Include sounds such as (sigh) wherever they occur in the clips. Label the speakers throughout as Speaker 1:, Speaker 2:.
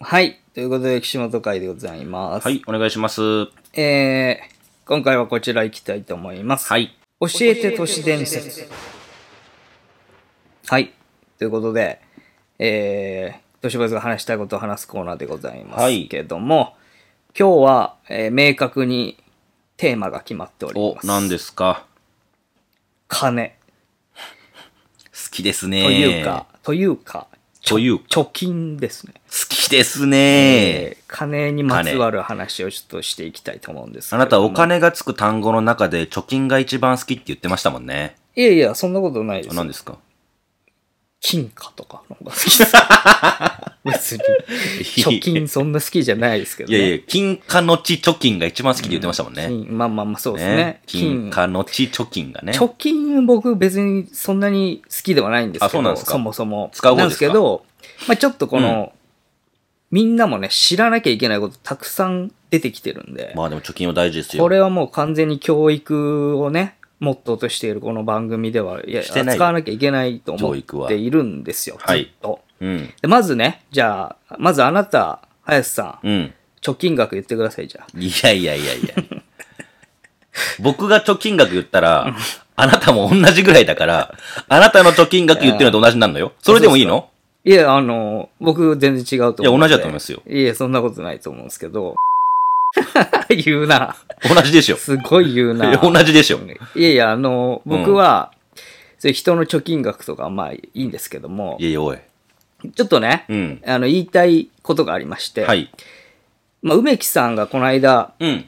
Speaker 1: はい。ということで、岸本会でございます。
Speaker 2: はい、お願いします。
Speaker 1: えー、今回はこちら行きたいと思います。
Speaker 2: はい。
Speaker 1: 教えて都市伝説。はい。ということで、えー、都市ボーイズが話したいことを話すコーナーでございますけども、今日は、えー明確にテーマが決まっており
Speaker 2: お
Speaker 1: ま、す。
Speaker 2: 何ですか
Speaker 1: 金。
Speaker 2: 好きですね。
Speaker 1: というか、というか、ちょ
Speaker 2: というか
Speaker 1: 貯金ですね。
Speaker 2: 好きですね。
Speaker 1: えー金にまつわる話をちょっとしていきたいと思うんですけ
Speaker 2: あ
Speaker 1: れ
Speaker 2: な
Speaker 1: ど
Speaker 2: た
Speaker 1: も
Speaker 2: お金がつく単語の中で貯金が一番好きって言ってましたもんね。
Speaker 1: いやいや、そんなことないです
Speaker 2: あ。何ですか
Speaker 1: 金貨とかの方が好
Speaker 2: (laughs)
Speaker 1: きです。別に。貯金そんな好きじゃないですけど
Speaker 2: い
Speaker 1: ね。
Speaker 2: やいや、金貨のち貯金が一番好きって言ってましたもんね。
Speaker 1: 金まあまあまあ、そうですね。
Speaker 2: ね金
Speaker 1: 金
Speaker 2: 貨のち貯金がね。
Speaker 1: 貯金僕別にそんなに好きではないんですけど、
Speaker 2: あそうなんですか
Speaker 1: もそも。
Speaker 2: 使う方
Speaker 1: なん
Speaker 2: で
Speaker 1: ですす
Speaker 2: か
Speaker 1: けど、まあちょっとこの、みんなもね、知らなきゃいけないことたくさん出てきてるんで、
Speaker 2: まあでも貯金は大事ですよ。
Speaker 1: これはもう完全に教育をね、モットーとしているこの番組では、いや、
Speaker 2: してない
Speaker 1: 扱わなきゃいけないと思
Speaker 2: 教育
Speaker 1: っ
Speaker 2: は
Speaker 1: ているんですよ、ずっと。
Speaker 2: はいうん。
Speaker 1: でまずね、じゃあ、まずあなた、林さん、
Speaker 2: うん。
Speaker 1: 貯金額言ってください、じゃあ。
Speaker 2: いやいやいやいや。僕が貯金額言ったら、あなたも同じぐらいだから、あなたの貯金額言ってるのと同じになるのよ。それでもいいの
Speaker 1: いや、あの、僕全然違うと思う。
Speaker 2: いや同じだと思いますよ
Speaker 1: いや、そんなことないと思うんですけど。 (laughs) 言うな。
Speaker 2: 同じでしょ。
Speaker 1: すごい言うな。
Speaker 2: 同じでしょ。
Speaker 1: いやいや、あの、
Speaker 2: うん
Speaker 1: 僕は、そういう人の貯金額とか、まあいいんですけども
Speaker 2: い、やいや、おい。
Speaker 1: ちょっとね、
Speaker 2: うん。
Speaker 1: あの、言いたいことがありまして、
Speaker 2: はい。
Speaker 1: まあ、梅木さんがこの間、
Speaker 2: うん。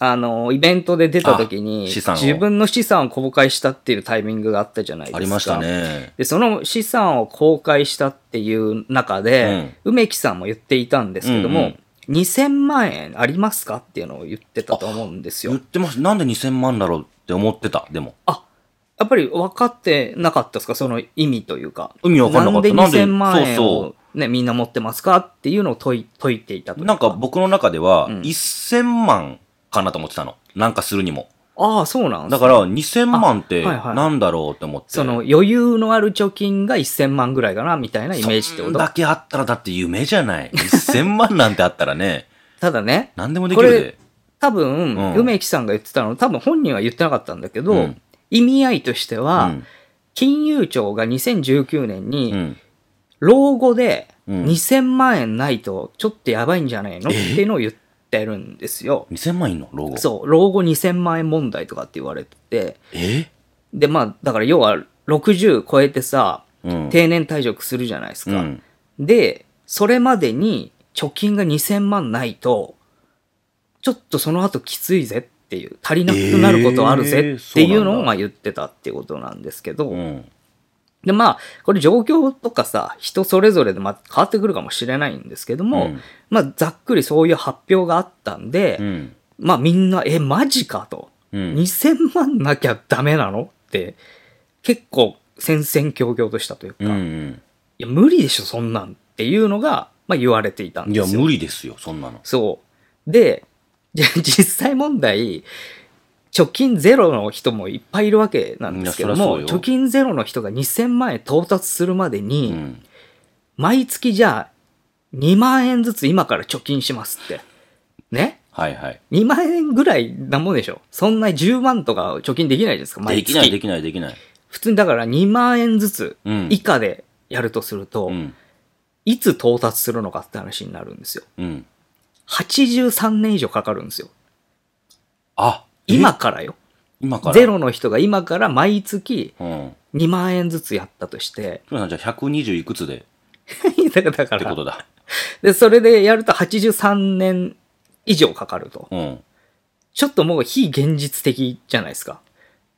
Speaker 1: あの、イベントで出た時
Speaker 2: あ
Speaker 1: に、
Speaker 2: 資産を
Speaker 1: 自分の資産を公開したっていうタイミングがあったじゃないですか。
Speaker 2: ありましたね。
Speaker 1: で、その資産を公開したっていう中で、梅木さんも言っていたんですけども、
Speaker 2: うんうん
Speaker 1: 2000万円ありますかっていうのを言ってたと思うんです
Speaker 2: 言っ
Speaker 1: よ。
Speaker 2: てました。なんで2000万だろうって思ってた、でも。
Speaker 1: あ、やっぱり分かってなかったですかその意味というか。
Speaker 2: 意味わかんなかった
Speaker 1: なんで2000万円
Speaker 2: そう
Speaker 1: をね、みんな持ってますかっていうのを解い解いていたという
Speaker 2: なんか、僕の中では、
Speaker 1: うん
Speaker 2: 1000万かなと思ってたの。なんかするにも。
Speaker 1: ああ、そうなんですね
Speaker 2: だから、2000万って
Speaker 1: あはいはい
Speaker 2: なんだろうって思って。
Speaker 1: その余裕のある貯金が1000万ぐらいかなみたいなイメージってこ
Speaker 2: そん
Speaker 1: と
Speaker 2: だけあったらだって夢じゃ
Speaker 1: (laughs)
Speaker 2: ない。1000万なんてあったらね、
Speaker 1: ただね、
Speaker 2: 何でもできる
Speaker 1: こ
Speaker 2: で。
Speaker 1: 多分、
Speaker 2: うん
Speaker 1: 梅木さんが言ってたの、多分本人は言ってなかったんだけど、
Speaker 2: うん
Speaker 1: 意味合いとしては、
Speaker 2: うん
Speaker 1: 金融庁が2019年に、
Speaker 2: うん。
Speaker 1: 老後で
Speaker 2: うん
Speaker 1: 2000万円ないとちょっとやばいんじゃないのっていうのを言ってるんですよ。
Speaker 2: 2000万いんの老後。
Speaker 1: そう、老後2000万円問題とかって言われてて、
Speaker 2: え
Speaker 1: で、まあ、だから要は60超えてさ、
Speaker 2: うん。
Speaker 1: 定年退職するじゃないです
Speaker 2: う
Speaker 1: か。
Speaker 2: ん
Speaker 1: で、それまでに貯金が2000万ないと、ちょっとその後きついぜっていう、足りなくなることあるぜっていう
Speaker 2: えーそうなん
Speaker 1: のを
Speaker 2: だ
Speaker 1: まあ言ってたっていうことなんですけど、
Speaker 2: うん。
Speaker 1: で、まあ、これ状況とかさ、人それぞれでまあ変わってくるかもしれないんですけども、
Speaker 2: うん
Speaker 1: まあ、ざっくりそういう発表があったんで、
Speaker 2: うん。
Speaker 1: まあみんな、え、マジかと。
Speaker 2: うん。
Speaker 1: 2000万なきゃダメなのって、結構戦々恐々としたというか、
Speaker 2: う
Speaker 1: い
Speaker 2: ん
Speaker 1: や、無理でしょ、そんなんっていうのが、まあ言われていた
Speaker 2: うんん。い
Speaker 1: で
Speaker 2: や、
Speaker 1: すよ。
Speaker 2: 無理ですよ、そんなの。
Speaker 1: そう。で、じゃ実際問題、貯金ゼロの人もいっぱいいるわけなんですけど
Speaker 2: いやそ
Speaker 1: も、
Speaker 2: りゃそう
Speaker 1: 貯
Speaker 2: よ
Speaker 1: 金ゼロの人が2000万円到達するまで
Speaker 2: う
Speaker 1: に、
Speaker 2: ん。
Speaker 1: 毎月じゃあ2万円ずつ今から貯金しますって。ね
Speaker 2: はいはい。
Speaker 1: 2万円ぐらいなもんでしょそんな10万とか貯金できないじゃないですか、
Speaker 2: で
Speaker 1: 毎
Speaker 2: きない、
Speaker 1: 月。
Speaker 2: できない、できない。
Speaker 1: 普通にだから2万円ずつ
Speaker 2: うん。
Speaker 1: 以下でやるとすると、
Speaker 2: うん。
Speaker 1: いつ到達するのかって話になるんですよ。
Speaker 2: うん。
Speaker 1: 83年以上かかるんですよ。
Speaker 2: あ、え
Speaker 1: 今、からよ。
Speaker 2: 今から。
Speaker 1: ゼ。ロの人が今から毎月
Speaker 2: うん。
Speaker 1: 2万円ずつやったとして、
Speaker 2: ひろさん、じゃあ120いく (laughs) つでっ
Speaker 1: だから (laughs) だか
Speaker 2: てこと
Speaker 1: ら
Speaker 2: だ。
Speaker 1: で、それでやると83年以上かかると。
Speaker 2: うん。
Speaker 1: ちょっともう非現実的じゃないですか。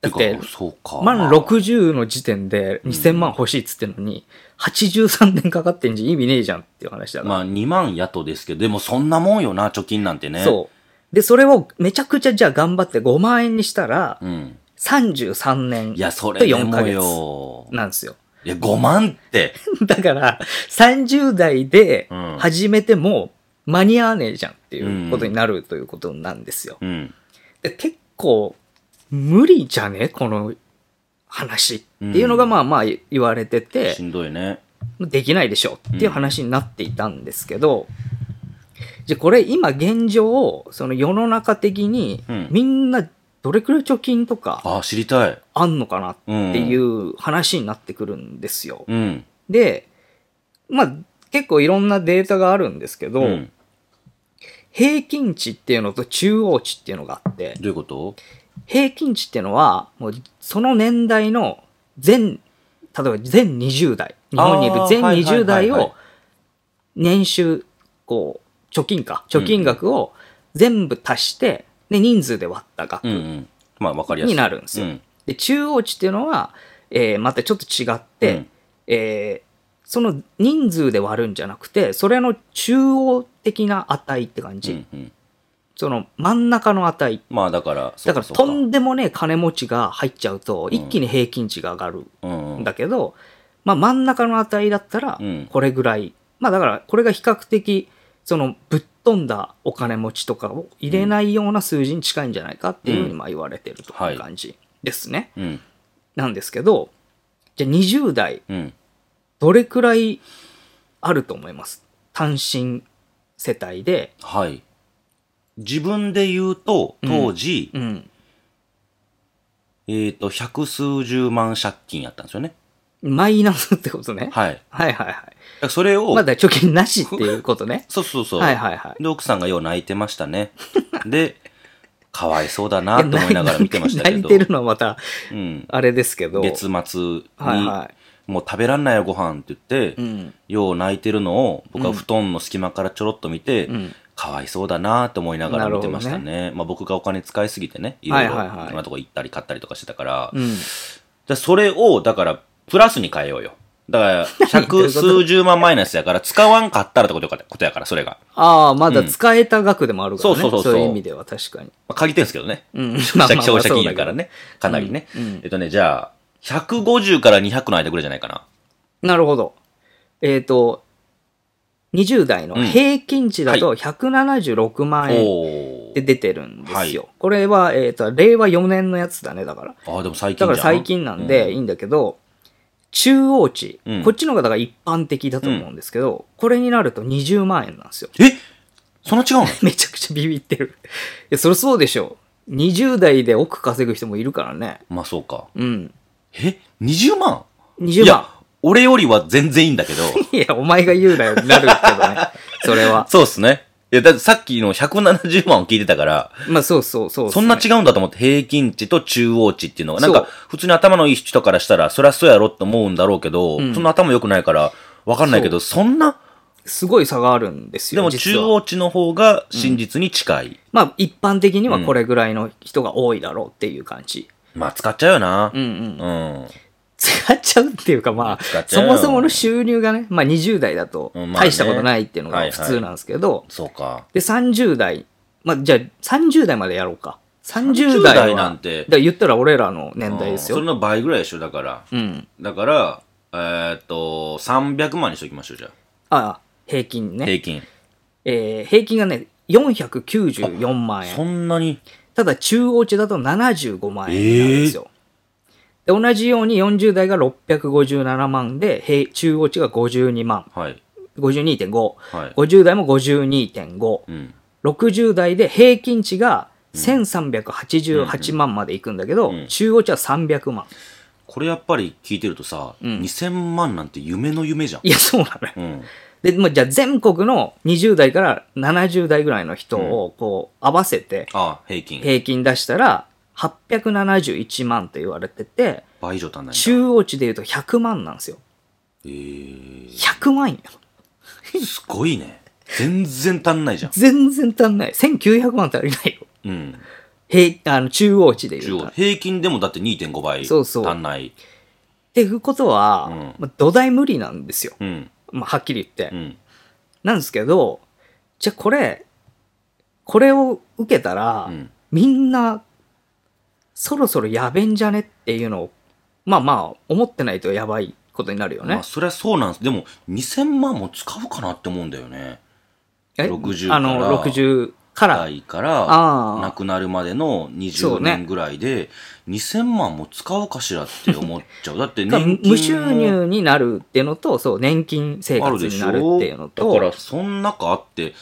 Speaker 1: だって
Speaker 2: て、かそうか。
Speaker 1: 満60の時点で2000万欲しいっつってんのに、83年かかってんじゃ意味ねえじゃんっていう話だから。
Speaker 2: まあ、2万やとですけど、でもそんなもんよな、貯金なんてね。
Speaker 1: そう。で、それをめちゃくちゃじゃあ頑張って5万円にしたら、
Speaker 2: う。うん。
Speaker 1: 33年
Speaker 2: いや、それでも
Speaker 1: と
Speaker 2: よ。
Speaker 1: なんですよ。 (laughs)
Speaker 2: いや、5万って。
Speaker 1: だから、30代で
Speaker 2: うん
Speaker 1: 始めても間に合わねえじゃんっていうことになるということなんですよ。
Speaker 2: うん。
Speaker 1: で結構、無理じゃねこの話っていうのが
Speaker 2: うん
Speaker 1: まあまあ言われてて、
Speaker 2: しんどいね。
Speaker 1: できないでしょっていう話になっていたんですけど、じゃあこれ今現状、その世の中的に
Speaker 2: うん、
Speaker 1: みんなどれくらい貯金とか
Speaker 2: ああ、知りたい。。
Speaker 1: あんのかなっていうう話になってくるんですよ。
Speaker 2: うん。
Speaker 1: で、まあ結構いろんなデータがあるんですけど、
Speaker 2: うん
Speaker 1: 平均値っていうのと中央値っていうのがあって、
Speaker 2: どういうこと
Speaker 1: 平均値っていうのは、もうその年代の全、例えば全20代、日本にいる全
Speaker 2: あーはいはいは
Speaker 1: 20代
Speaker 2: いはい
Speaker 1: を年収、こう、貯金か、貯金額を全部足して、で、人数で割った額
Speaker 2: うんうん。まあ、わかりやすい。
Speaker 1: になるんですよ。
Speaker 2: うん。
Speaker 1: で、中央値っていうのは、えーまたちょっと違って、
Speaker 2: うん
Speaker 1: えーその人数で割るんじゃなくて、それの中央的な値って感
Speaker 2: う
Speaker 1: じ。
Speaker 2: んうん。
Speaker 1: その真ん中の値
Speaker 2: まあ、だから、そ
Speaker 1: だ
Speaker 2: う
Speaker 1: から
Speaker 2: そうか
Speaker 1: とんでもねえ金持ちが入っちゃうと一気に平均値が上がる
Speaker 2: うんうんん
Speaker 1: だけど、まあ真ん中の値だったら
Speaker 2: うん
Speaker 1: これぐらい、まあだからこれが比較的そのぶっ飛んだお金持ちとかを入れないような数字に近いんじゃないかっていうふうに
Speaker 2: うん
Speaker 1: まあ言われてると
Speaker 2: はい
Speaker 1: いう感じですね。
Speaker 2: うん。
Speaker 1: なんですけどじゃあ20代
Speaker 2: うん。
Speaker 1: どれくらいあると思います単身世帯で、
Speaker 2: はい。自分で言うと、当時、
Speaker 1: うん、
Speaker 2: えっと、百数十万借金やったんですよね。
Speaker 1: マイナスってことね。
Speaker 2: はい。だか
Speaker 1: はいはいは
Speaker 2: らそれを
Speaker 1: い。、まだ貯金なしっていうことね。
Speaker 2: そうそうそう。
Speaker 1: はいはいはい。
Speaker 2: で、奥さんがよう泣いてまし
Speaker 1: (laughs)
Speaker 2: たね。で、かわいそうだなと思いながら見てましたけど。
Speaker 1: 泣いてるのはまた、
Speaker 2: うん。
Speaker 1: あれですけど。
Speaker 2: 月末に、
Speaker 1: はいは
Speaker 2: もう食べらんないよご飯って言って、
Speaker 1: い。うん。
Speaker 2: よう泣いてるのを、僕は布団の隙間からちょろっと見て、
Speaker 1: うん。
Speaker 2: かわいそうだなと思いながら見てました
Speaker 1: なる
Speaker 2: ね。まあ僕がお金使いすぎてね、いろいろ、
Speaker 1: はいはいはい
Speaker 2: いろんなとこ行ったり買ったりとかしてたから、
Speaker 1: うん。
Speaker 2: じゃあそれを、だから、プラスに変えようよ。だか
Speaker 1: (laughs) ど
Speaker 2: ら、
Speaker 1: うい
Speaker 2: 百
Speaker 1: うこと
Speaker 2: 数十万マイナスやから、使わんかったらってことかことやから、それが。
Speaker 1: ああ、まだ使えた額でもあるからね。
Speaker 2: うんそうそうそうそう
Speaker 1: いう意味では確
Speaker 2: (laughs)
Speaker 1: かに。
Speaker 2: まあ、借りてるんですけどね。
Speaker 1: うん
Speaker 2: 消費者消費者金融
Speaker 1: (laughs) まあまあまあそうだけど
Speaker 2: からね。かなりね、
Speaker 1: うんうん
Speaker 2: えっとね、じゃあ、150から200の間ぐらいじゃないかな。
Speaker 1: なるほど。えっ、と、20代の平均値だと176万円
Speaker 2: お
Speaker 1: で
Speaker 2: ー。
Speaker 1: 出てるんですよ。これは、えっ、と、令和4年のやつだね、だから。
Speaker 2: あー、でも最近じ
Speaker 1: だ
Speaker 2: ゃん
Speaker 1: から最近なんでいいんだけど、中央値、
Speaker 2: うん
Speaker 1: こっちの方がだから一般的だと思うんですけど、これになると20万円なんですよ。 (laughs)
Speaker 2: えそんな違うの
Speaker 1: めちゃくちゃビビってる。いや、そりゃそうでしょ。20代で億稼ぐ人もいるからね。
Speaker 2: まあそうか。
Speaker 1: うん。
Speaker 2: え ?20 万い
Speaker 1: 20万
Speaker 2: や。、俺よりは全然いいんだけ
Speaker 1: (laughs)
Speaker 2: ど。
Speaker 1: いや、お前が言うなよ、なるけどね。
Speaker 2: (laughs)
Speaker 1: それは。
Speaker 2: そうっすね。いや、だってさっきの170万を聞いてたから、
Speaker 1: まあ、そうそうそう、
Speaker 2: そんな違うんだと思って、平均値と中央値っていうのは、なんか、普通に頭のいい人からしたら、そりゃそうやろって思うんだろうけど、
Speaker 1: ん
Speaker 2: その頭良くないから、わかんないけど、そんな、
Speaker 1: すごい差があるんです
Speaker 2: で
Speaker 1: よ。
Speaker 2: も
Speaker 1: 実
Speaker 2: 中
Speaker 1: は
Speaker 2: 央値の方が真実に近い。
Speaker 1: まあ、一般的にはこれぐらいの人が多いだろうっていう感じ。
Speaker 2: まあ、使っちゃうよな。
Speaker 1: うんうん。
Speaker 2: うん。
Speaker 1: 使っちゃうっていうか、ま
Speaker 2: 使
Speaker 1: あ
Speaker 2: っ、ちゃ
Speaker 1: そう
Speaker 2: よ
Speaker 1: もそもの収入がね、まあ20代だと
Speaker 2: うんまあね
Speaker 1: 大したことないっていうのが普通なんですけど、
Speaker 2: そうか。
Speaker 1: で、30代、まあ、じゃあ、30代までやろうか。30
Speaker 2: 30
Speaker 1: 代は
Speaker 2: 代なんて
Speaker 1: だから言ったら俺らの年代です
Speaker 2: う
Speaker 1: よ。
Speaker 2: んそれの倍ぐらいでしょ、だから。
Speaker 1: うん。
Speaker 2: だから、えーっと、300万にしときましょう、じゃあ。
Speaker 1: ああ、平均ね。
Speaker 2: 平均。
Speaker 1: えー平均がね、494万
Speaker 2: そ
Speaker 1: 円。
Speaker 2: んなに。
Speaker 1: ただ、中央値だと75万円なんですよ。で同じように40代が657万で、平中央値が52万、
Speaker 2: はい。
Speaker 1: 52.5。
Speaker 2: はい。
Speaker 1: 50代も52.5。
Speaker 2: うん。
Speaker 1: 60代で平均値が1388万までいくんだけど、
Speaker 2: うん
Speaker 1: 中央値は300万。
Speaker 2: これやっぱり聞いてるとさ、
Speaker 1: ん
Speaker 2: 2000万なんて夢の夢じゃん。
Speaker 1: (laughs) いや、そうなのよ。
Speaker 2: うん。
Speaker 1: で、まあ、じゃあ全国の20代から70代ぐらいの人をこう合わせて
Speaker 2: ああ、平均。
Speaker 1: 平均出したら871万と言われてて、
Speaker 2: 倍以上足んないんだ。
Speaker 1: 中央値で言うと100万なんですよ。
Speaker 2: えー、
Speaker 1: 100万よ。
Speaker 2: すごいね。全然足んな
Speaker 1: (laughs)
Speaker 2: いじゃん。
Speaker 1: 全然足んない。1900万足りないよ。
Speaker 2: うん。
Speaker 1: 平あの中央値で
Speaker 2: 中
Speaker 1: 言うと
Speaker 2: 央。。平均でもだって2.5倍
Speaker 1: そうそう
Speaker 2: 足んない。
Speaker 1: っていうことは、
Speaker 2: うん
Speaker 1: まあ、土台無理なんですよ。
Speaker 2: うん。
Speaker 1: まあ、はっきり言って。
Speaker 2: うん。
Speaker 1: なんですけど、じゃあこれ、これを受けたら、
Speaker 2: うん
Speaker 1: みんな、そろそろやべんじゃねっていうのを、まあまあ、思ってないとやばいことになるよね
Speaker 2: まあ、。そりゃそうなんです。でも、2000万も使うかなって思うんだよね。
Speaker 1: え
Speaker 2: 60
Speaker 1: あの、
Speaker 2: から
Speaker 1: 60から、
Speaker 2: 代から
Speaker 1: あー
Speaker 2: 亡くなるまでの
Speaker 1: そ
Speaker 2: 20
Speaker 1: うね
Speaker 2: 年ぐらいで、2000万も使うかしらって思っち
Speaker 1: (laughs)
Speaker 2: ゃう。だって
Speaker 1: が
Speaker 2: 年金も
Speaker 1: 無収入になるっていうのと、そう、年金生
Speaker 2: あ
Speaker 1: 活
Speaker 2: るで
Speaker 1: に
Speaker 2: し
Speaker 1: なるっ
Speaker 2: ょ
Speaker 1: ていうの
Speaker 2: だか
Speaker 1: と、
Speaker 2: ら、そん中あって、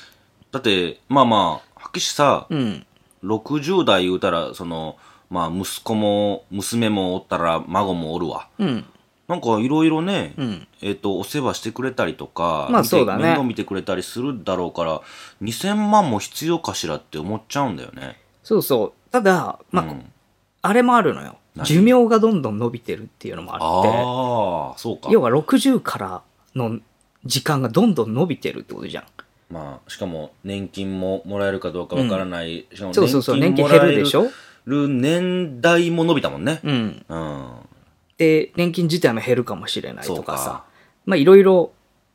Speaker 2: だって、まあまあ、白紙さ、
Speaker 1: うん。
Speaker 2: 60代言うたら、その、まあ、息子も、娘もおったら、孫もおるわ。
Speaker 1: うん。
Speaker 2: なんか、いろいろね、
Speaker 1: うん。
Speaker 2: えっと、お世話してくれたりとか、
Speaker 1: まあそうだね
Speaker 2: 見て面倒見てくれたりするだろうから、2000万も必要かしらって思っちゃうんだよね。
Speaker 1: そうそう。ただ、まあ、
Speaker 2: うん、
Speaker 1: あれもあるのよ。
Speaker 2: 何
Speaker 1: 寿命がどんどん伸びてるっていうのもあって。
Speaker 2: ああ、そうか。
Speaker 1: 要は60からの時間がどんどん伸びてるってことじゃん。
Speaker 2: まあ、しかも、年金ももらえるかどうかわからない、しかも
Speaker 1: そうそうそう、年金
Speaker 2: もらえ
Speaker 1: 減るでしょ
Speaker 2: る年代も伸びたもんね。
Speaker 1: うん。
Speaker 2: うん。
Speaker 1: で、年金自体も減るかもしれない
Speaker 2: そ
Speaker 1: と
Speaker 2: う
Speaker 1: かさ、
Speaker 2: か。
Speaker 1: まあいろいろ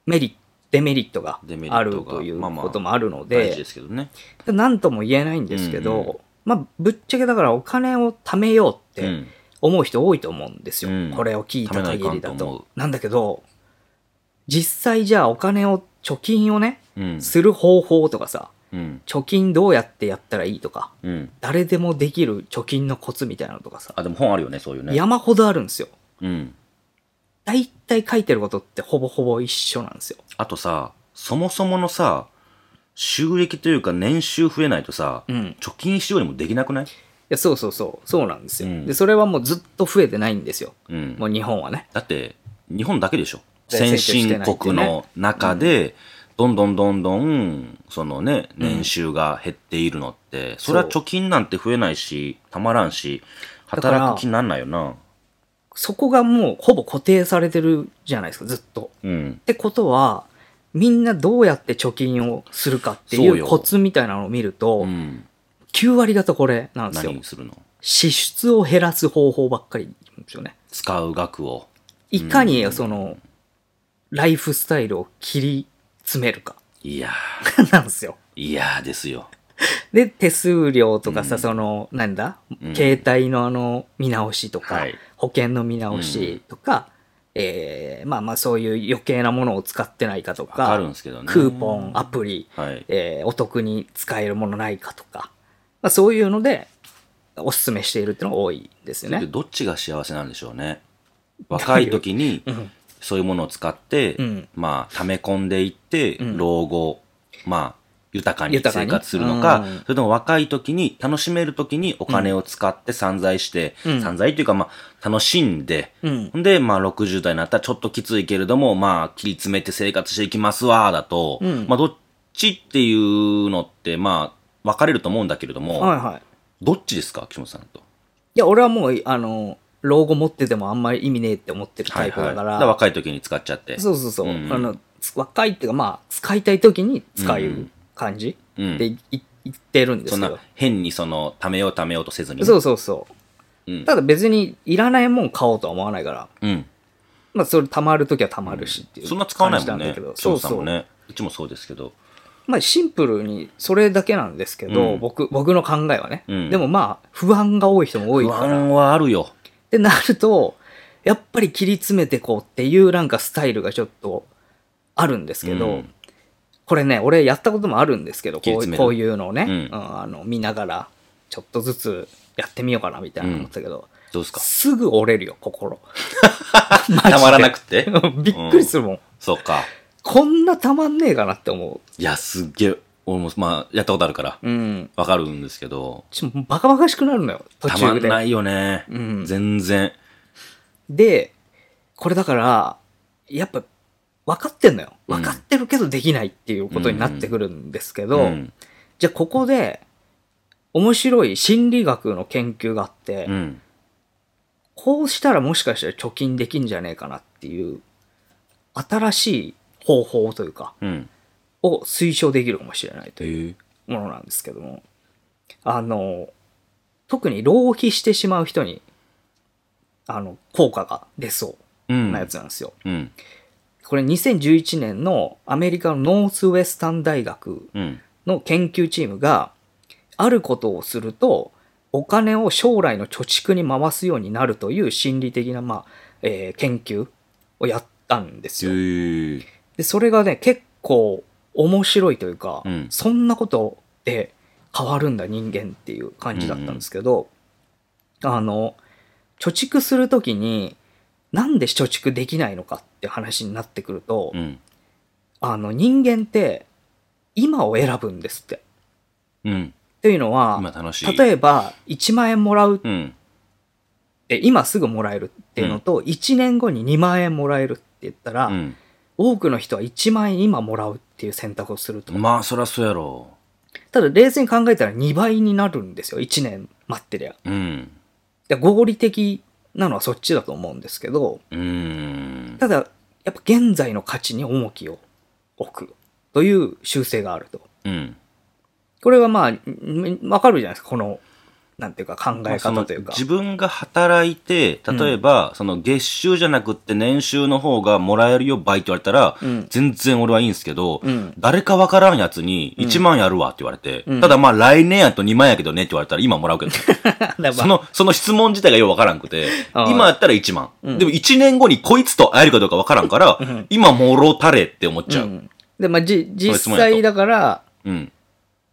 Speaker 1: メリット、デメリットが
Speaker 2: デメリ
Speaker 1: あ
Speaker 2: ッ
Speaker 1: る
Speaker 2: トが
Speaker 1: という
Speaker 2: まあまあ
Speaker 1: こともあるの
Speaker 2: 大事で
Speaker 1: で、
Speaker 2: すけどね。
Speaker 1: なんとも言えないんですけど、
Speaker 2: うんう
Speaker 1: まあぶっちゃけだからお金を貯めようって、
Speaker 2: うん。
Speaker 1: 思う人多いと思うんですよ、
Speaker 2: うん
Speaker 1: これを聞いた限り
Speaker 2: ためな
Speaker 1: だ
Speaker 2: いか
Speaker 1: と
Speaker 2: んと思う
Speaker 1: なんだけど実際じゃあお金を貯金をね
Speaker 2: うん。
Speaker 1: する方法とかさ
Speaker 2: うん。
Speaker 1: 貯金どうやってやったらいいとか
Speaker 2: うん。
Speaker 1: 誰でもできる貯金のコツみたいなのとかさ、
Speaker 2: あ、でも本あるよね、そういうね。
Speaker 1: 山ほどあるんですよ
Speaker 2: うん。
Speaker 1: 大体書いてることってほぼほぼ一緒なんですよ
Speaker 2: あとさ、そもそものさ、収益というか年収増えないとさ、
Speaker 1: うんい
Speaker 2: 貯金しようにもできなくない
Speaker 1: やそうそうそうそうなんですよ、
Speaker 2: うん
Speaker 1: でそれはもうずっと増えてないんですよ
Speaker 2: うん。
Speaker 1: もう日本はね
Speaker 2: だって、日本だけでしょ。
Speaker 1: 全
Speaker 2: 先
Speaker 1: 然
Speaker 2: 進国の中で、どんどんどんどん、そのね、年収が減っているのって、それは貯金なんて増えないし、たまらんし、
Speaker 1: から
Speaker 2: 働く気になんないよな。
Speaker 1: そこがもうほぼ固定されてるじゃないですかずっと
Speaker 2: うん
Speaker 1: っ。てことはみんなどうやって貯金をするかってい
Speaker 2: そう
Speaker 1: う
Speaker 2: よ
Speaker 1: コツみたいなのを見ると、
Speaker 2: うん。
Speaker 1: 9割方これなんですよ
Speaker 2: 何するの
Speaker 1: 支出を減らす方法ばっかりなんですよね
Speaker 2: 使う額を。
Speaker 1: いか
Speaker 2: う
Speaker 1: に
Speaker 2: ん
Speaker 1: そのライフスタイルを切り詰めるか (laughs)
Speaker 2: いや
Speaker 1: なんですよ
Speaker 2: ー、いやーですよ。
Speaker 1: で手数料とかさ、
Speaker 2: うん
Speaker 1: そのなんだ、
Speaker 2: うん
Speaker 1: 携帯のあの見直しとか、
Speaker 2: はい
Speaker 1: 保険の見直しとか、えーまあまあそういう余計なものを使ってないかと
Speaker 2: わか
Speaker 1: か
Speaker 2: るんですけどね。
Speaker 1: クーポンアプリ
Speaker 2: はい。
Speaker 1: えーお得に使えるものないかとか、まあ、そういうのでおすすめしているっていうのが多いんですよ
Speaker 2: で
Speaker 1: ね。
Speaker 2: どっちが幸せなんでしょうね。若い時に
Speaker 1: うん、
Speaker 2: そういうものを使って、
Speaker 1: うん
Speaker 2: まあ、溜め込んでいって、
Speaker 1: うん
Speaker 2: 老後、まあ、豊かに
Speaker 1: 豊か
Speaker 2: 生
Speaker 1: に
Speaker 2: 活するのか
Speaker 1: うん、
Speaker 2: それとも若い時に、楽しめる時にお金を使って散財して、
Speaker 1: うん
Speaker 2: 散財というか、まあ、楽しんで、
Speaker 1: うん
Speaker 2: ほんで、まあ、60代になったらちょっときついけれども、まあ、切り詰めて生活していきますわ、だと、
Speaker 1: うん
Speaker 2: まあ、どっちっていうのって、まあ、分かれると思うんだけれども、
Speaker 1: はいはい。
Speaker 2: どっちですか、岸本さんと。
Speaker 1: いや、俺はもう、あの、老後持っててもあんまり意味ねえって思ってるタイプだか
Speaker 2: はいはい
Speaker 1: ら、
Speaker 2: 若い時に使っちゃって。
Speaker 1: そうそうそう、
Speaker 2: うんうん
Speaker 1: あの、つ若いっていうか、まあ、使いたい時に使ううん感じ
Speaker 2: うん
Speaker 1: でいい言ってるんで
Speaker 2: そ
Speaker 1: す
Speaker 2: ん
Speaker 1: け
Speaker 2: な
Speaker 1: ど、
Speaker 2: 変にその、貯めよう貯めようとせずに。。
Speaker 1: そううそうそう。
Speaker 2: うん。
Speaker 1: ただ別にいらないもん買おうとは思わないから、
Speaker 2: うん。
Speaker 1: まあ、それ貯まる時は貯まるしっていう
Speaker 2: そんな使わないもん
Speaker 1: 感じ
Speaker 2: ね
Speaker 1: だけど。そ
Speaker 2: そううさん
Speaker 1: そ
Speaker 2: も
Speaker 1: う。
Speaker 2: ね。うちもそうですけど。
Speaker 1: まあシンプルにそれだけなんですけど、
Speaker 2: うん
Speaker 1: 僕僕の考えはね、
Speaker 2: うん
Speaker 1: でもまあ不安が多い人も多い
Speaker 2: 不
Speaker 1: からっ
Speaker 2: 安はあるよ。
Speaker 1: てなるとやっぱり切り詰めてこうっていうなんかスタイルがちょっとあるんですけど、
Speaker 2: うん
Speaker 1: これね俺やったこともあるんですけど
Speaker 2: 切り
Speaker 1: こう
Speaker 2: 詰める
Speaker 1: こういうのをね、
Speaker 2: うん
Speaker 1: うんあの見ながらちょっとずつやってみようかなみたいなの思ったけど、
Speaker 2: どう
Speaker 1: (laughs)
Speaker 2: ですか
Speaker 1: すぐ折れるよ心 (laughs)
Speaker 2: たまらなくて
Speaker 1: びっくりするもん、
Speaker 2: そうか。
Speaker 1: こんなたまんねえかなって思
Speaker 2: いや、すっげえ、俺も、まあ、やったことあるから、
Speaker 1: ううん
Speaker 2: わかるんですけど、
Speaker 1: ちょバカバカしくなるのよ途
Speaker 2: たま
Speaker 1: 中
Speaker 2: ん
Speaker 1: で
Speaker 2: ないよね。
Speaker 1: うん
Speaker 2: 全然。
Speaker 1: で、これだから、やっぱ分かってんのよ。
Speaker 2: うん
Speaker 1: 分かってるけどできないっていうことになってくるんですけど、
Speaker 2: うん。
Speaker 1: じゃあここで、面白い心理学の研究があって、
Speaker 2: うん。
Speaker 1: こうしたらもしかしたら貯金できんじゃねえかなっていう、新しい方法というか、
Speaker 2: うん。
Speaker 1: を推奨できるかもしれないと
Speaker 2: え
Speaker 1: いう
Speaker 2: ー。
Speaker 1: ものなんですけども、あの、特に浪費してしまう人に、あの、効果が出そううんなやつなんですよ。
Speaker 2: うん。
Speaker 1: これ2011年のアメリカのノースウェスタン大学
Speaker 2: うん。
Speaker 1: の研究チームがあることをするとお金を将来の貯蓄に回すようになるという心理的な、まあえー研究をやったんです
Speaker 2: え
Speaker 1: よ。
Speaker 2: ー
Speaker 1: でそれがね結構面白いというか、
Speaker 2: うん
Speaker 1: そんなことで変わるんだ人間っていう感じだったんですけど、あの貯蓄するときになんで貯蓄できないのかって話になってくると、
Speaker 2: うん。
Speaker 1: あの人間って今を選ぶんですって。
Speaker 2: うん。
Speaker 1: というのは
Speaker 2: 今、楽しい。
Speaker 1: 例えば1万円もらうっ
Speaker 2: うん。
Speaker 1: て今すぐもらえるっていうのと、1年後に2万円もらえるって言ったら、
Speaker 2: うん。
Speaker 1: 多くの人は1万円今もらうっていう選択をすると。
Speaker 2: まあ、そらそうやろ
Speaker 1: ただ冷静に考えたら2倍になるんですよ。1年待ってりゃ。
Speaker 2: う。うん。
Speaker 1: で合理的なのはそっちだと思うんですけど、
Speaker 2: うーん。
Speaker 1: ただ、やっぱ現在の価値に重きを置くという習性があると。
Speaker 2: うん。
Speaker 1: これはまあ、んわかるじゃないですか。この、なんていうか考え
Speaker 2: そ
Speaker 1: 方
Speaker 2: の
Speaker 1: というか。
Speaker 2: 自分が働いて、例えば、その月収じゃなくって年収の方がもらえるよ倍って言われたら、
Speaker 1: うん
Speaker 2: 全然俺はいいんですけど、 (laughs)
Speaker 1: うん
Speaker 2: 誰かわからんやつに1万やるわって言われて、
Speaker 1: うん
Speaker 2: ただまあ来年やと2万やけどねって言われたら今もらうけど、
Speaker 1: だか (laughs)
Speaker 2: そ
Speaker 1: らまあ
Speaker 2: の、その質問自体がようわからんくて、
Speaker 1: あー
Speaker 2: 今やったら1万。
Speaker 1: うん
Speaker 2: でも1年後にこいつと会えるかどうかわからんから、
Speaker 1: ん
Speaker 2: 今もろたれって思っちゃ
Speaker 1: う
Speaker 2: う。
Speaker 1: んで、まあ、じ、
Speaker 2: そういう質
Speaker 1: 実
Speaker 2: 問やと
Speaker 1: 際だから、
Speaker 2: うん。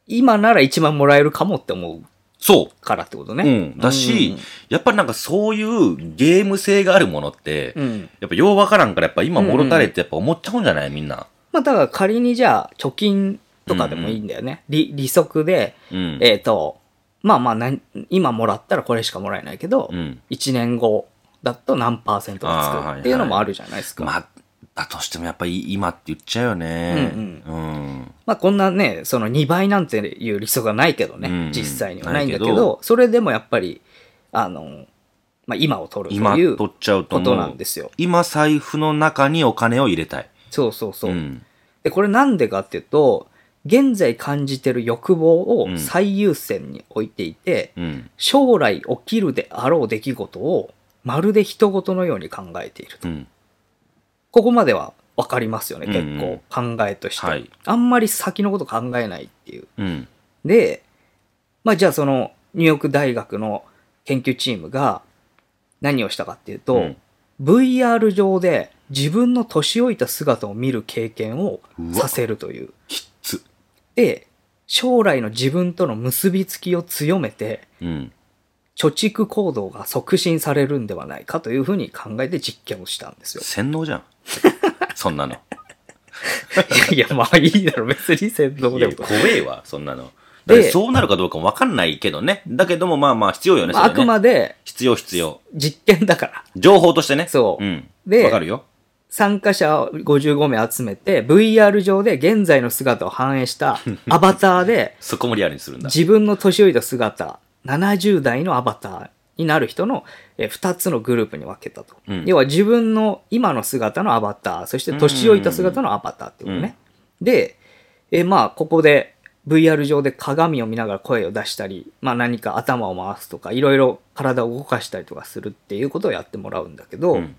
Speaker 1: 今なら1万もらえるかもって思う
Speaker 2: そう。
Speaker 1: からってこと
Speaker 2: う
Speaker 1: ね。
Speaker 2: ん。だし、やっぱりなんかそういうゲーム性があるものって、
Speaker 1: うん、うん。
Speaker 2: やっぱようわからんから、やっぱ今もろたれってやっぱ思っちゃうんじゃないみんな。
Speaker 1: まあ、だから仮にじゃあ、貯金とかでもいいんだよね。利利息で、
Speaker 2: うん。
Speaker 1: えっ、と、まあまあなん、今もらったらこれしかもらえないけど、
Speaker 2: うん。
Speaker 1: 1年後だと何パーセントが
Speaker 2: あー
Speaker 1: つ
Speaker 2: はいは
Speaker 1: く
Speaker 2: い
Speaker 1: っていうのもあるじゃないですか。
Speaker 2: まあ、だとしてもやっぱり今って言っちゃうよね。うん。
Speaker 1: まあこんなね、その2倍なんていう理想がないけどね、
Speaker 2: うんうん
Speaker 1: 実際にはな
Speaker 2: ないい
Speaker 1: ん
Speaker 2: け
Speaker 1: だけ
Speaker 2: ど
Speaker 1: ど、それでもやっぱり、あの、まあ今を取る
Speaker 2: 今
Speaker 1: という
Speaker 2: 取
Speaker 1: こ
Speaker 2: っちゃうと思
Speaker 1: と
Speaker 2: う。
Speaker 1: なんですよ。
Speaker 2: 今財布の中にお金を入れたい。
Speaker 1: そうそうそう。
Speaker 2: ん。
Speaker 1: で、これなんでかっていうと、現在感じてる欲望
Speaker 2: う
Speaker 1: を
Speaker 2: ん
Speaker 1: 最優先に置いていて、
Speaker 2: うん。
Speaker 1: 将来起きるであろう出来事をまるで人事のように考えていると。
Speaker 2: うん。
Speaker 1: ここまでは分かりますよね、
Speaker 2: うんうん
Speaker 1: 結構考えとして、
Speaker 2: はい
Speaker 1: あんまり先のこと考えないっていう。
Speaker 2: うん。
Speaker 1: で、まあじゃあそのニューヨーク大学の研究チームが何をしたかっていうと、
Speaker 2: うん
Speaker 1: VR 上で自分の年老いた姿を見る経験をさせるという。
Speaker 2: きっつ。
Speaker 1: で、将来の自分との結びつきを強めて、
Speaker 2: うん。
Speaker 1: 貯蓄行動が促進されるんではないかというふうに考えて実験をしたん
Speaker 2: (laughs)
Speaker 1: ですよ。
Speaker 2: 洗脳じゃん。そんなの。
Speaker 1: いや、まあいいだろ、別に先導
Speaker 2: い
Speaker 1: で
Speaker 2: や
Speaker 1: も。
Speaker 2: 怖えわ、そんなの。だってそうなるかどうかもわかんないけどね。だけどもまあまあ必要よね、
Speaker 1: まあ、あ
Speaker 2: それ
Speaker 1: く
Speaker 2: ね
Speaker 1: まで
Speaker 2: 必要必要。
Speaker 1: 実験だから。
Speaker 2: 情報としてね。
Speaker 1: そう
Speaker 2: うん。
Speaker 1: で
Speaker 2: わかるよ。
Speaker 1: 参加者を55名集めて、VR 上で現在の姿を反映
Speaker 2: (laughs)
Speaker 1: したアバターで、
Speaker 2: そこもリアルにするんだ。
Speaker 1: 自分の年老いた姿、70代のアバターになる人の2つのグループに分けたと。
Speaker 2: うん
Speaker 1: 要は自分の今の姿のアバター、そして年老いた姿のアバターってことね。で、えまあ、ここで VR 上で鏡を見ながら声を出したり、まあ何か頭を回すとか、いろいろ体を動かしたりとかするっていうことをやってもらうんだけど、
Speaker 2: うん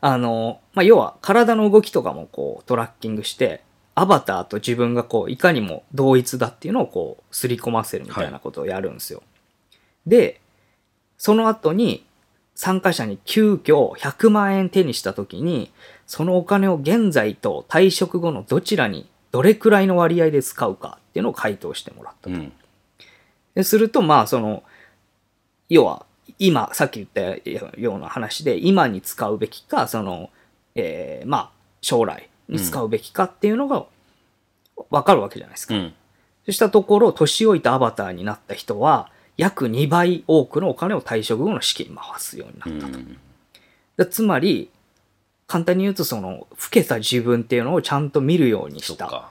Speaker 1: あの、まあ、要は体の動きとかもこうトラッキングして、アバターと自分がこういかにも同一だっていうのをこう刷り込ませるみたいなことをやるんですよ。で、その後に参加者に急遽100万円手にした時に、そのお金を現在と退職後のどちらにどれくらいの割合で使うかっていうのを回答してもらった。
Speaker 2: うん。
Speaker 1: ですると、まあ、その、要は、今、さっき言ったような話で、今に使うべきか、その、えーまあ、将来に使うべきかっていうのが分かるわけじゃないですか。
Speaker 2: うん。
Speaker 1: そうしたところ、年老いたアバターになった人は、約2倍多くのお金を退職後の資金に回すようにな
Speaker 2: う
Speaker 1: った。
Speaker 2: ん。
Speaker 1: だつまり、簡単に言うと、その、老けた自分っていうのをちゃんと見るようにし。
Speaker 2: そったか。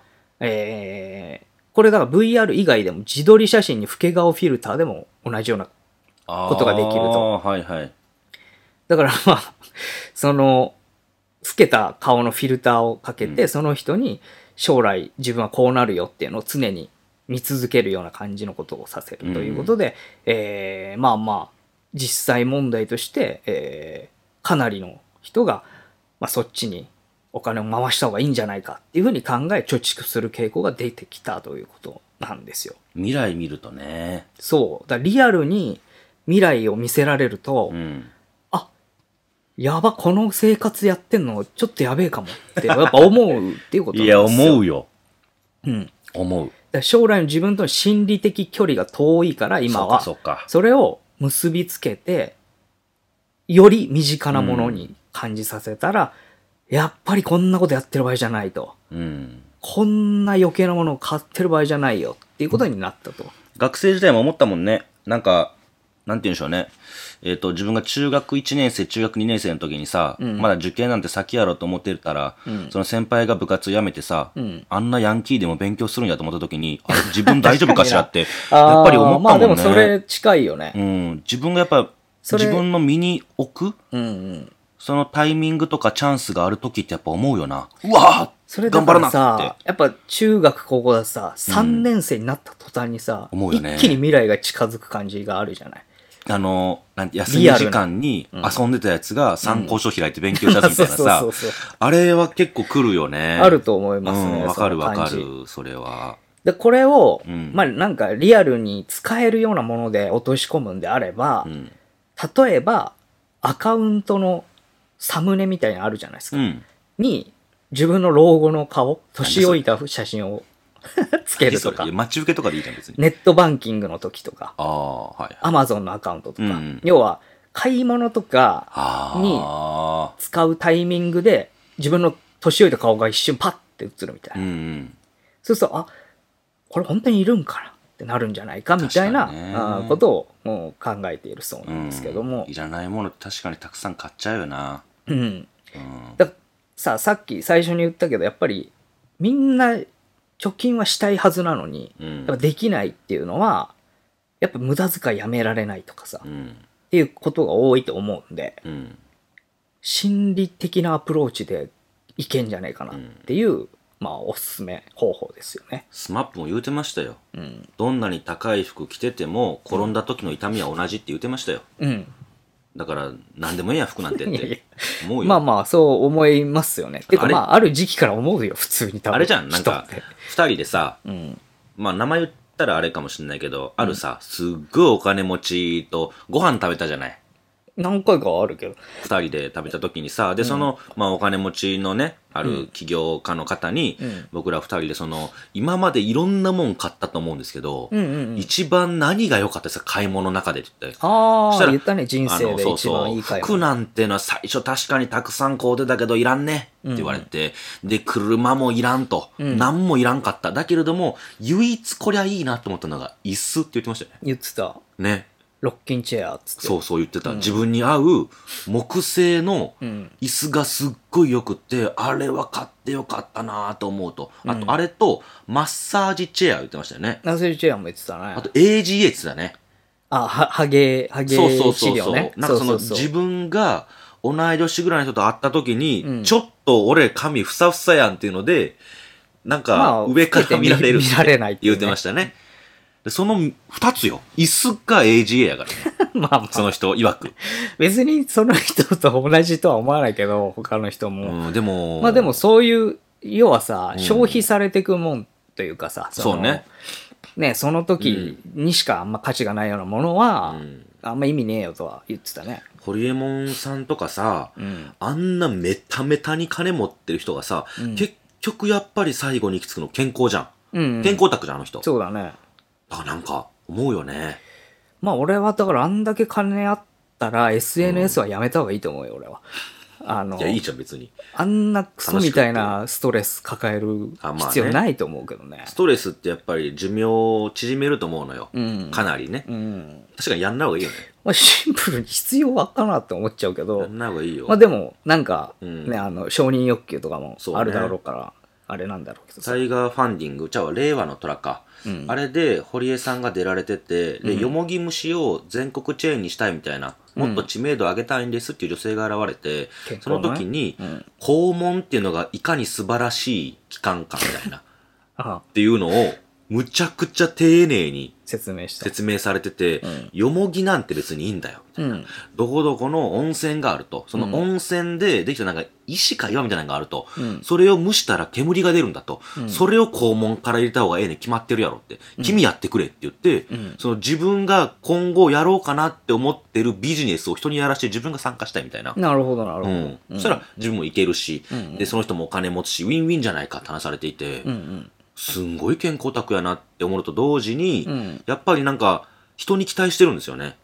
Speaker 1: えーこれだから VR 以外でも自撮り写真に老け顔フィルターでも同じような。ことができると
Speaker 2: あー。はいはい。
Speaker 1: だから (laughs) まあ、その、老けた顔のフィルターをかけて、その人に将来自分はこうなるよっていうのを常に見続けるような感じのことをさせるということで、えーまあまあ、実際問題として、えーかなりの人が、まあ、そっちにお金を回した方がいいんじゃないかっていうふうに考え、貯蓄する傾向が出てきたということなんですよ。
Speaker 2: 未来見るとね。
Speaker 1: そう。だからリアルに未来を見せられると、
Speaker 2: うん。
Speaker 1: あ、やば、この生活やってんの、ちょっとやべえかもって、やっぱ思うっていうことなん
Speaker 2: い
Speaker 1: です
Speaker 2: や、
Speaker 1: よ。
Speaker 2: 思うよ。
Speaker 1: うん。だか
Speaker 2: 思う。
Speaker 1: ら将来の自分との心理的距離が遠いから、今は。
Speaker 2: そうか、そ
Speaker 1: それを結びつけて、より身近なものに感じさせたら、やっぱりこんなことやってる場合じゃないと。
Speaker 2: うか。うん。
Speaker 1: こんな余計なものを買ってる場合じゃないよっていうことになったと。
Speaker 2: 学生時代も思ったもんね。なんか、なんて言うんでしょうね。えっ、と、自分が中学1年生、中学2年生の時にさ、まだ受験なんて先やろうと思ってたら、その先輩が部活辞めてさ、あんなヤンキーでも勉強するんやと思った
Speaker 1: (laughs)
Speaker 2: 時に、あれ自分大丈夫かしらって、やっぱり思ったもんね。
Speaker 1: まあでもそれ近いよね
Speaker 2: う。ん、自分がやっぱ、
Speaker 1: それ
Speaker 2: 自分の身に置く、
Speaker 1: うんうん。
Speaker 2: そのタイミングとかチャンスがある時ってやっぱ思うよな。うわ
Speaker 1: それ
Speaker 2: ぁ
Speaker 1: だ
Speaker 2: 頑
Speaker 1: か
Speaker 2: 張ら
Speaker 1: ら
Speaker 2: なって
Speaker 1: さ。、やっぱ中学高校だとさ、3年生になった途端にさ、
Speaker 2: 思うよね
Speaker 1: 一気に未来が近づく感じがあるじゃない。
Speaker 2: あの、なんて、休み
Speaker 1: リアルな
Speaker 2: 時間に遊んでたやつが参考書開いて勉強したみたいな
Speaker 1: (laughs) そ
Speaker 2: さ
Speaker 1: うそうそうそ、
Speaker 2: あれは結構来るよね。
Speaker 1: あると思います
Speaker 2: う
Speaker 1: ね。
Speaker 2: ん、わかる
Speaker 1: その
Speaker 2: わ
Speaker 1: 感
Speaker 2: か
Speaker 1: じ
Speaker 2: る、それは。
Speaker 1: で、これを、
Speaker 2: うん
Speaker 1: まあなんかリアルに使えるようなもので落とし込むんであれば、
Speaker 2: うん。
Speaker 1: 例えばアカウントのサムネみたいなのあるじゃないです
Speaker 2: う
Speaker 1: か。
Speaker 2: ん。
Speaker 1: に、自分の老後の顔、年老いた写真を (laughs) つけると
Speaker 2: 何そ
Speaker 1: か
Speaker 2: れいや、待ち受けとかでいいじゃん、別に。
Speaker 1: ネットバンキングの時とか、
Speaker 2: ああ、はい。
Speaker 1: アマゾンのアカウントとか、
Speaker 2: うん
Speaker 1: 要は買い物とか
Speaker 2: あ
Speaker 1: 使うタイミングで自分の年老いた顔が一瞬パッて映るみた
Speaker 2: あ。
Speaker 1: いな。
Speaker 2: うんうん。
Speaker 1: そうすると、あ、これ本当にいるんかなってなるんじゃないかみたいな、
Speaker 2: 確かにね
Speaker 1: あーことをもう考えているそう
Speaker 2: う
Speaker 1: なん
Speaker 2: ん
Speaker 1: ですけども
Speaker 2: い、らないものって確かにたくさん買っちゃうよな。
Speaker 1: うん
Speaker 2: うん。
Speaker 1: ださあさっき最初に言ったけどやっぱりみんな貯金はしたいはずなのに、
Speaker 2: うん
Speaker 1: やっぱできないっていうのはやっぱ無駄遣いやめられないとかさ、
Speaker 2: う
Speaker 1: っ
Speaker 2: ん。
Speaker 1: ていうことが多いと思うんで
Speaker 2: うん。
Speaker 1: 心理的なアプローチでいけんじゃないかなっていう、まあおすすめ方法ですよね。
Speaker 2: スマップも言うてましたよ。
Speaker 1: うん、
Speaker 2: どんなに高い服着てても、転んだ時の痛みは同じって言うてましたよ。
Speaker 1: うん
Speaker 2: だから、何でもええやん、服なんて
Speaker 1: (laughs)
Speaker 2: っ
Speaker 1: いやいや
Speaker 2: て。思うよ。
Speaker 1: まあまあ、そう思いますよね。てか、
Speaker 2: あれ
Speaker 1: まあ、ある時期から思うよ、普通に多分。
Speaker 2: あれじゃん、なん
Speaker 1: 人
Speaker 2: か
Speaker 1: って、
Speaker 2: 二人でさ、
Speaker 1: うん。
Speaker 2: まあ名前言ったらあれかもしれないけど、あるさ、すっごいお金持ちとご飯食べたじゃない。
Speaker 1: 何回かはあるけど。
Speaker 2: 二人で食べた時にさ、で、その、まあお金持ちのね、ある起業家の方に、
Speaker 1: うん
Speaker 2: 僕ら二人でその、今までいろんなもん買ったと思うんですけど、
Speaker 1: うんうんうん。
Speaker 2: 一番何が良かったですか買い物の中でって言って。
Speaker 1: あ
Speaker 2: した
Speaker 1: あ、
Speaker 2: ら
Speaker 1: 言ったね、人
Speaker 2: あ
Speaker 1: 生
Speaker 2: の
Speaker 1: で
Speaker 2: そう
Speaker 1: 一番いい
Speaker 2: そう
Speaker 1: 回
Speaker 2: 服なんてのは最初確かにたくさん買うてたけどいらんねって言われて、で車もいらんと、
Speaker 1: うん
Speaker 2: 何もいらんかっただけれども唯一こりゃいいなと思ったのが椅子って言ってましたよね
Speaker 1: 言ってた。
Speaker 2: ね
Speaker 1: ロッキンチェアっつって。
Speaker 2: そうそう言ってた、自分に合う木製の
Speaker 1: うん
Speaker 2: 椅子がすっごいよくてあれは買ってよかったなと思うとあと、あれとマッサージチェア言ってましたよね
Speaker 1: ナセルチェアも言ってたね。
Speaker 2: あと AGA ってだね
Speaker 1: あ、は、ハゲ、ハゲ治
Speaker 2: そうそうそうそ
Speaker 1: 療
Speaker 2: う。
Speaker 1: ね。
Speaker 2: なんかその
Speaker 1: ううう
Speaker 2: 自分が同い年ぐらいの人と会った時に、
Speaker 1: うん
Speaker 2: ちょっと俺髪ふさふさやんっていうので、なん
Speaker 1: ま
Speaker 2: か
Speaker 1: あ
Speaker 2: 上から見られるって
Speaker 1: 見られないっていう
Speaker 2: 言
Speaker 1: ね
Speaker 2: ってましたね。でその二つよ。椅子か AGA やからね。
Speaker 1: (laughs) まあま
Speaker 2: そ
Speaker 1: あ、
Speaker 2: の人曰く。
Speaker 1: 別にその人と同じとは思わないけど、他の人も。
Speaker 2: うん、でも、
Speaker 1: まあでも、そういう、要はさ、
Speaker 2: うん
Speaker 1: 消費されてくもんというかさ、の
Speaker 2: そうね。
Speaker 1: ね、その時にしかあんま価値がないようなものは、
Speaker 2: うん
Speaker 1: あんま意味ねえよとは言ってたね。
Speaker 2: ホリエモンさんとかさ、
Speaker 1: うん。
Speaker 2: あんなメタメタに金持ってる人がさ、
Speaker 1: うん
Speaker 2: 結局やっぱり最後に行き着くの健康じゃ
Speaker 1: うん、
Speaker 2: ん。健康オタクじゃん、あの人。だ
Speaker 1: そうだね。
Speaker 2: からなんか、思うよね。
Speaker 1: まあ俺はだからあんだけ金あったら SNS はやめた方がいいと思うよ、俺は。あの
Speaker 2: いや、いいじゃん、別に。
Speaker 1: あんなクソみたいなストレス抱える必要ないと思うけどね。
Speaker 2: ストレスってやっぱり寿命を縮めると思うのよ。
Speaker 1: うん。
Speaker 2: かなりね。
Speaker 1: うん。
Speaker 2: 確かにやんない方がいいよね。
Speaker 1: まあシンプルに必要はかなって思っちゃうけ
Speaker 2: や
Speaker 1: ど、
Speaker 2: んない方がいいよ。
Speaker 1: まあでもなんかね、
Speaker 2: うん
Speaker 1: あの、承認欲求とかも
Speaker 2: そうね
Speaker 1: あるだろうから、あれなんだろうけどさ
Speaker 2: タ。イガーファンディング、じゃあ令和の虎か。
Speaker 1: うん
Speaker 2: あれで堀江さんが出られてて、で、よもぎ虫を全国チェーンにしたいみたいな、もっと知名度上げたいんですっていう女性が現れて、
Speaker 1: 結
Speaker 2: そ
Speaker 1: 構
Speaker 2: の
Speaker 1: ね
Speaker 2: 時に、
Speaker 1: ん
Speaker 2: 肛門っていうのがいかに素晴らしい機関かみた
Speaker 1: (laughs)
Speaker 2: いな、っ
Speaker 1: あ
Speaker 2: ていうのを、むちゃくちゃ丁寧に
Speaker 1: 説明した。
Speaker 2: 説明されてて、よもぎなんて別にいいんだよ。
Speaker 1: うん。
Speaker 2: どこどこの温泉があると。その温泉でできたなんか石か岩みたいなのがあると。
Speaker 1: ん
Speaker 2: それを蒸したら煙が出るんだと。それを肛門から入れた方がええねん決まってるやろって。君やってくれって言って、その自分が今後やろうかなって思ってるビジネスを人にやらして自分が参加したいみたいな。
Speaker 1: なるほど、なるほ
Speaker 2: う
Speaker 1: ど。
Speaker 2: ん。そしたら自分もいけるし、で、その人もお金持つし、ウィンウィンじゃないかって話されていて、
Speaker 1: うんうん。
Speaker 2: すんごい健康オタクやなって思うと同時に、
Speaker 1: ん
Speaker 2: やっぱりなんか人に期待してるんですよね。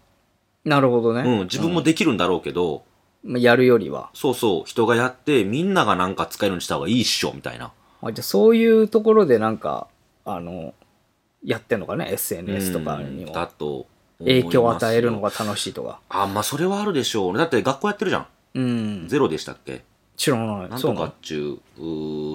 Speaker 1: なるほどね。
Speaker 2: うん、自分もできるんだろうけど、
Speaker 1: まあやるよりは。
Speaker 2: そうそう、人がやって、みんながなんか使えるようにした方がいいっしょ、みたいな。
Speaker 1: あじゃあそういうところでなんかあのやってんのかね SNS とかに
Speaker 2: うん
Speaker 1: も
Speaker 2: だと思います
Speaker 1: 影響を与えるのが楽しいとか
Speaker 2: あまあそれはあるでしょうねだって学校やってるじゃん
Speaker 1: うん
Speaker 2: ゼロでしたっけ
Speaker 1: 知らない
Speaker 2: なん
Speaker 1: そう
Speaker 2: と
Speaker 1: な
Speaker 2: か
Speaker 1: の
Speaker 2: っちゅうう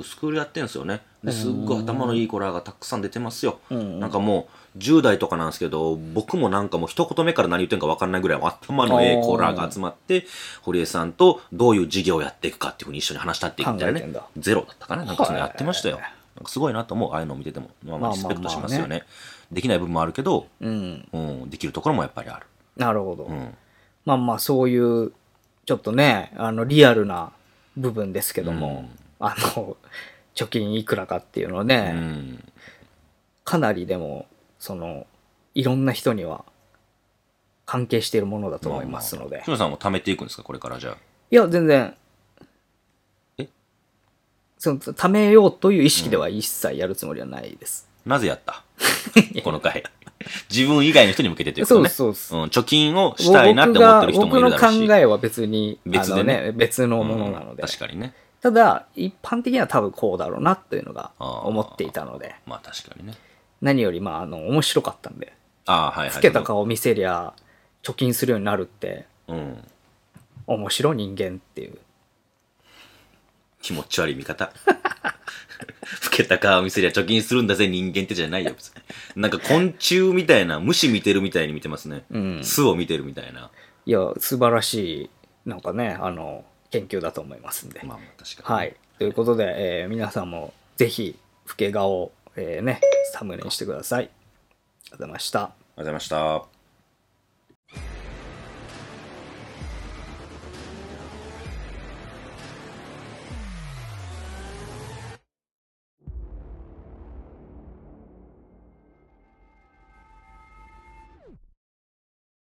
Speaker 2: ースクールやってんすよねですっごい頭のいい子らがたくさん出てますよ、
Speaker 1: ん
Speaker 2: なんかもう10代とかなんですけど僕もなんかもう一言目から何言ってんか分かんないぐらい頭のいい子らが集まって堀江さんとどういう事業をやっていくかっていうふうに一緒に話したっていくみたいな
Speaker 1: 考えて
Speaker 2: ね
Speaker 1: んだ
Speaker 2: ゼロだったかななんかそのやってましたよ、
Speaker 1: へ
Speaker 2: なんかすごいなと思うああいうのを見てても、まあ、
Speaker 1: ま
Speaker 2: まあ
Speaker 1: あ
Speaker 2: リス
Speaker 1: まあまあね
Speaker 2: ペクトしますよね,、できない部分もあるけど、
Speaker 1: うん
Speaker 2: うん、できるところもやっぱりある、
Speaker 1: なるほど、
Speaker 2: うん、
Speaker 1: まあまあそういうちょっとねあのリアルな部分ですけども、あの貯金いくらかっていうのをね、
Speaker 2: うん
Speaker 1: かなりでもそのいろんな人には関係しているものだと思いますので、
Speaker 2: 篠田さんも貯めていくんですかこれからじゃあ
Speaker 1: (laughs) いや全然
Speaker 2: え
Speaker 1: その貯めようという意識では一切やるつもりはないです、
Speaker 2: なぜやったこの回。自分以外の人に向けてというこ
Speaker 1: そ
Speaker 2: と
Speaker 1: う
Speaker 2: ね。
Speaker 1: そうです
Speaker 2: うん、貯金をしたいなって思ってる人もいるだろう
Speaker 1: 僕
Speaker 2: し。
Speaker 1: の考えは別に
Speaker 2: 別でね
Speaker 1: あの別の
Speaker 2: の
Speaker 1: ものなので、
Speaker 2: 確かにね。
Speaker 1: ただ一般的には多分こうだろうなというのが
Speaker 2: あー
Speaker 1: 思っていたので
Speaker 2: まあ確かにね。
Speaker 1: 何よりまああの面白かったんで
Speaker 2: ああ、はいはい。
Speaker 1: 老けた顔見せりゃ貯金するようになるって
Speaker 2: うん。
Speaker 1: 面白い人間っていう
Speaker 2: 気持ち悪い見方。 (laughs) 老けた顔見せりゃ貯金するんだぜ人間ってじゃないよ、別に。なんか昆虫みたいな、虫見てるみたいに見てますね。
Speaker 1: うん
Speaker 2: 巣を見てるみたいな。
Speaker 1: いや素晴らしいなんかねあの研究だと思いますんで、
Speaker 2: まあまあ確かに。
Speaker 1: はいということで、えー皆さんもぜひ老け顔を、えーねサムネにしてくださいありがとうございました
Speaker 2: ありがとうございました。